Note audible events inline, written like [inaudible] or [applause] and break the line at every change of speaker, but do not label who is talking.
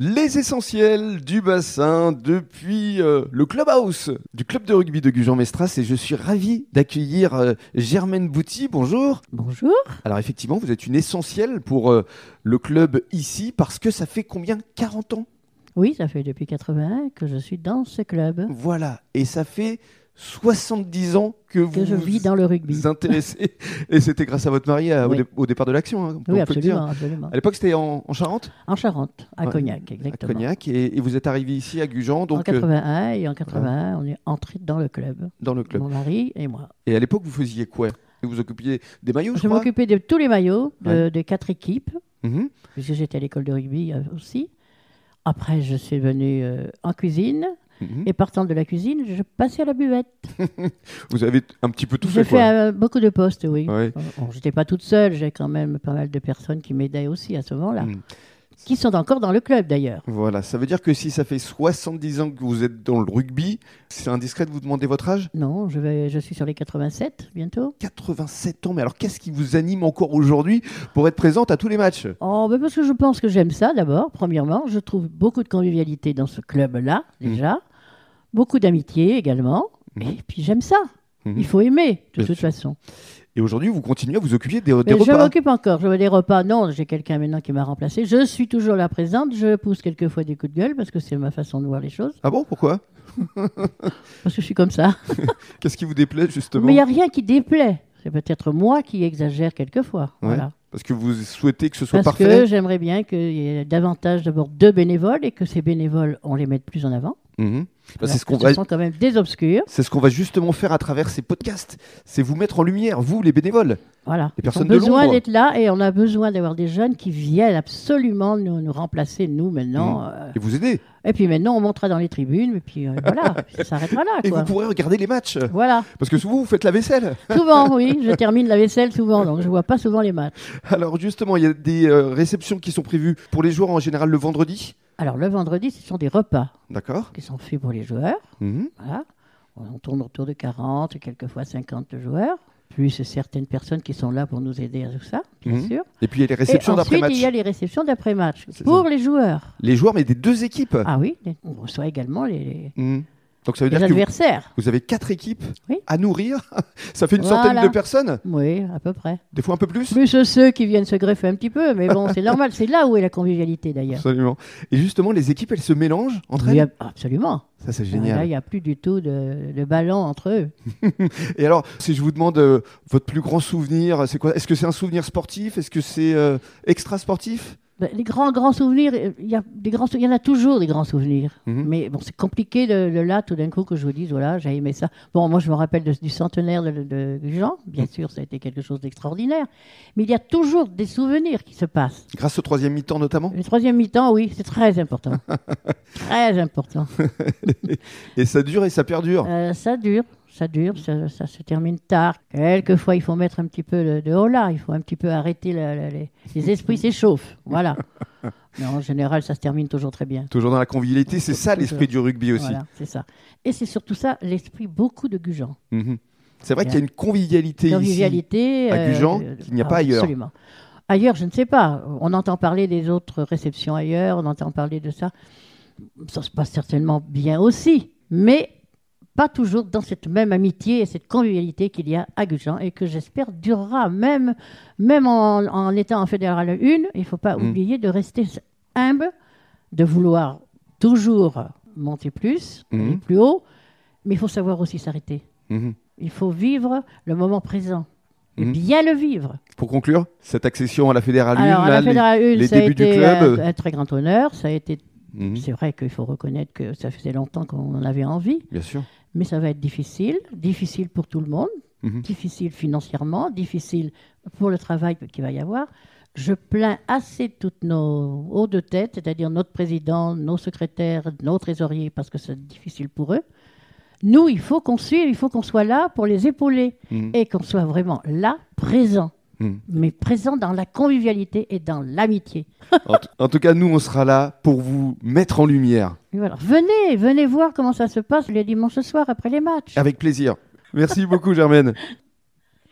Les essentiels du bassin depuis euh, le clubhouse du club de rugby de Gujan-Mestras et je suis ravi d'accueillir euh, Germaine Bouty. Bonjour.
Bonjour.
Alors effectivement, vous êtes une essentielle pour euh, le club ici parce que ça fait combien 40 ans
Oui, ça fait depuis 81 que je suis dans ce club,
Voilà, et ça fait 70 ans que vous
que je vis dans le rugby.
vous intéressez et c'était grâce à votre mari à- au,
Oui.
dé- au départ de l'action, hein, on peut
Oui,
le dire.
absolument, absolument.
À l'époque, c'était en, en Charente,
En Charente, à
Ouais,
Cognac,
à
exactement.
Cognac, et, et vous êtes arrivé ici à Gujan,
en
donc euh,
81 et en 81, on est entré dans le club,
dans le club.
mon mari et moi.
Et à l'époque, vous faisiez quoi Vous vous occupiez des maillots, je,
Je
crois
m'occupais de tous les maillots euh, de- des quatre équipes,
Mhm.
puisque j'étais à l'école de rugby euh, aussi. Après, je suis venue euh, en cuisine.
Mhm.
Et partant de la cuisine, je passais à la buvette.
Vous avez t- un petit peu tout
J'ai
fait,
fait
quoi.
euh, beaucoup de postes, oui.
Ouais.
Bon, J'étais pas toute seule, j'ai quand même pas mal de personnes qui m'aidaient aussi à ce moment-là,
Mm.
qui sont encore dans le club d'ailleurs.
Voilà, ça veut dire que si ça fait 70 ans que vous êtes dans le rugby, c'est indiscret de vous demander votre âge
Non, je, vais, je suis sur les 87 bientôt.
87 ans, mais alors qu'est-ce qui vous anime encore aujourd'hui pour être présente à tous les matchs
Oh, ben parce que je pense que j'aime ça d'abord, premièrement. Je trouve beaucoup de convivialité dans ce club-là,
Mm.
déjà. Beaucoup d'amitié également.
Mhm.
Et puis j'aime ça.
Mhm.
Il faut aimer, de
Bien
toute
sûr.
façon.
Et aujourd'hui, vous continuez à vous occuper des, des
Mais je
repas.
m'occupe encore. Je veux des repas. Non, j'ai quelqu'un maintenant qui m'a remplacé. Je suis toujours là présente. Je pousse quelquefois des coups de gueule parce que c'est ma façon de voir les choses.
Ah bon, pourquoi
Parce que je suis comme ça.
Qu'est-ce qui vous déplaît justement
Mais il n'y a rien qui déplaît. C'est peut-être moi qui exagère quelquefois. Voilà.
Parce que vous souhaitez que ce soit
Parce que
parfait
j'aimerais bien qu'il y ait davantage d'abord de bénévoles et que ces bénévoles, on les mette plus en avant.
Mhm. Bah,
Parce
C'est ce qu'on
que
va
sont quand même des obscurs.
C'est ce qu'on va justement faire à travers ces podcasts. C'est vous mettre en lumière, vous, les bénévoles.
Voilà.
Les
On a
personnes de
besoin
l'ombre.
d'être là et on a besoin d'avoir des jeunes qui viennent absolument nous, nous remplacer, nous, maintenant. euh,
Et vous aider.
et puis maintenant, on montera dans les tribunes et puis euh,
[laughs]
voilà, ça s'arrêtera là.
Et
quoi.
vous pourrez regarder les matchs.
Voilà.
Parce que souvent, vous faites la vaisselle.
Souvent, oui, je termine la vaisselle souvent, donc je vois pas souvent les matchs.
Alors justement, il y a des euh, réceptions qui sont prévues pour les joueurs en général le vendredi.
Alors le vendredi, ce sont des repas
D'accord.
qui sont faits pour les joueurs.
Mhm.
Voilà. On tourne autour de 40, quelquefois 50 joueurs, plus certaines personnes qui sont là pour nous aider à tout ça, bien
Mhm.
sûr.
Et puis il y a les
Et
réceptions
ensuite, il y a
d'après-match.
les réceptions d'après-match
C'est
pour les joueurs.
Les joueurs, mais des deux équipes.
Ah oui, les- on reçoit également les, les-
Mhm. Donc ça veut
les
dire que vous,
adversaires.
vous avez quatre équipes
Oui.
à nourrir. [laughs] ça fait une
Voilà.
centaine de personnes,
Oui, à peu près.
des fois un peu plus.
Plus ceux qui viennent se greffer un petit peu, mais bon, c'est normal, c'est là où est la convivialité d'ailleurs.
Absolument. Et justement, les équipes, elles se mélangent entre
Oui, ah,
elles.
ab- absolument.
Ça, c'est
Là, il
génial.
n'y a plus du tout de, de ballon entre eux.
Et alors, si je vous demande euh, votre plus grand souvenir, c'est quoi Est-ce que c'est un souvenir sportif Est-ce que c'est euh, extra-sportif
Ben, Les grands, grands souvenirs, euh, il y, a des grands sou- il y en a toujours des grands souvenirs.
Mhm.
Mais bon, c'est compliqué de, de là, tout d'un coup, que je vous dise, voilà, j'ai aimé ça. Bon, moi, je me rappelle de- du centenaire de, de- de Jean. Bien sûr, ça a été quelque chose d'extraordinaire. Mais il y a toujours des souvenirs qui se passent.
Grâce au troisième mi-temps notamment
Le troisième mi-temps, oui, c'est très important. très important.
Et ça dure et ça perdure.
Euh, ça dure, ça dure, ça, ça se termine tard. Quelquefois, il faut mettre un petit peu de, de holà, il faut un petit peu arrêter la- la- les, les esprits s'échauffent. Voilà. Mais en général, ça se termine toujours très bien.
Toujours dans la convivialité, c'est ça l'esprit du rugby aussi.
Voilà, c'est ça. Et c'est surtout ça, l'esprit beaucoup de Gujan.
Mhm. C'est vrai qu'il y a une convivialité, ici.
Convivialité.
à Gujan,
euh,
qu'il n'y a
ah,
pas ailleurs.
Absolument. Ailleurs, je ne sais pas. On entend parler des autres réceptions ailleurs, on entend parler de ça. Ça se passe certainement bien aussi, mais pas toujours dans cette même amitié et cette convivialité qu'il y a à Gujan et que j'espère durera même, même en, en étant en fédérale 1. Il ne faut pas
Mm.
oublier de rester humble, de vouloir toujours monter plus,
Mm.
aller plus haut, mais il faut savoir aussi s'arrêter.
Mhm.
Il faut vivre le moment présent. Et
Mhm.
bien le vivre.
Pour conclure, cette accession à la Fédérale
Alors, à la
Une, Ah, là,
Fédérale Une,
les
ça a
débuts du
été
club, euh.
un, un très grand honneur. Ça a été,
les- Mhm.
c'est vrai qu'il faut reconnaître que ça faisait longtemps qu'on en avait envie,
Bien sûr.
mais ça va être difficile, difficile pour tout le monde,
Mhm.
difficile financièrement, difficile pour le travail qu'il va y avoir. Je plains assez toutes nos hauts de tête, c'est-à-dire notre président, nos secrétaires, nos trésoriers, parce que c'est difficile pour eux. Nous, il faut qu'on suive, il faut qu'on soit là pour les épauler
Mhm.
et qu'on soit vraiment là, présent,
Mhm.
mais présent dans la convivialité et dans l'amitié.
En, t- en tout cas, nous, on sera là pour vous mettre en lumière.
Et voilà. Venez,
Ah
venez voir comment ça se passe les dimanches soirs après les matchs.
Avec plaisir. Merci beaucoup, Germaine.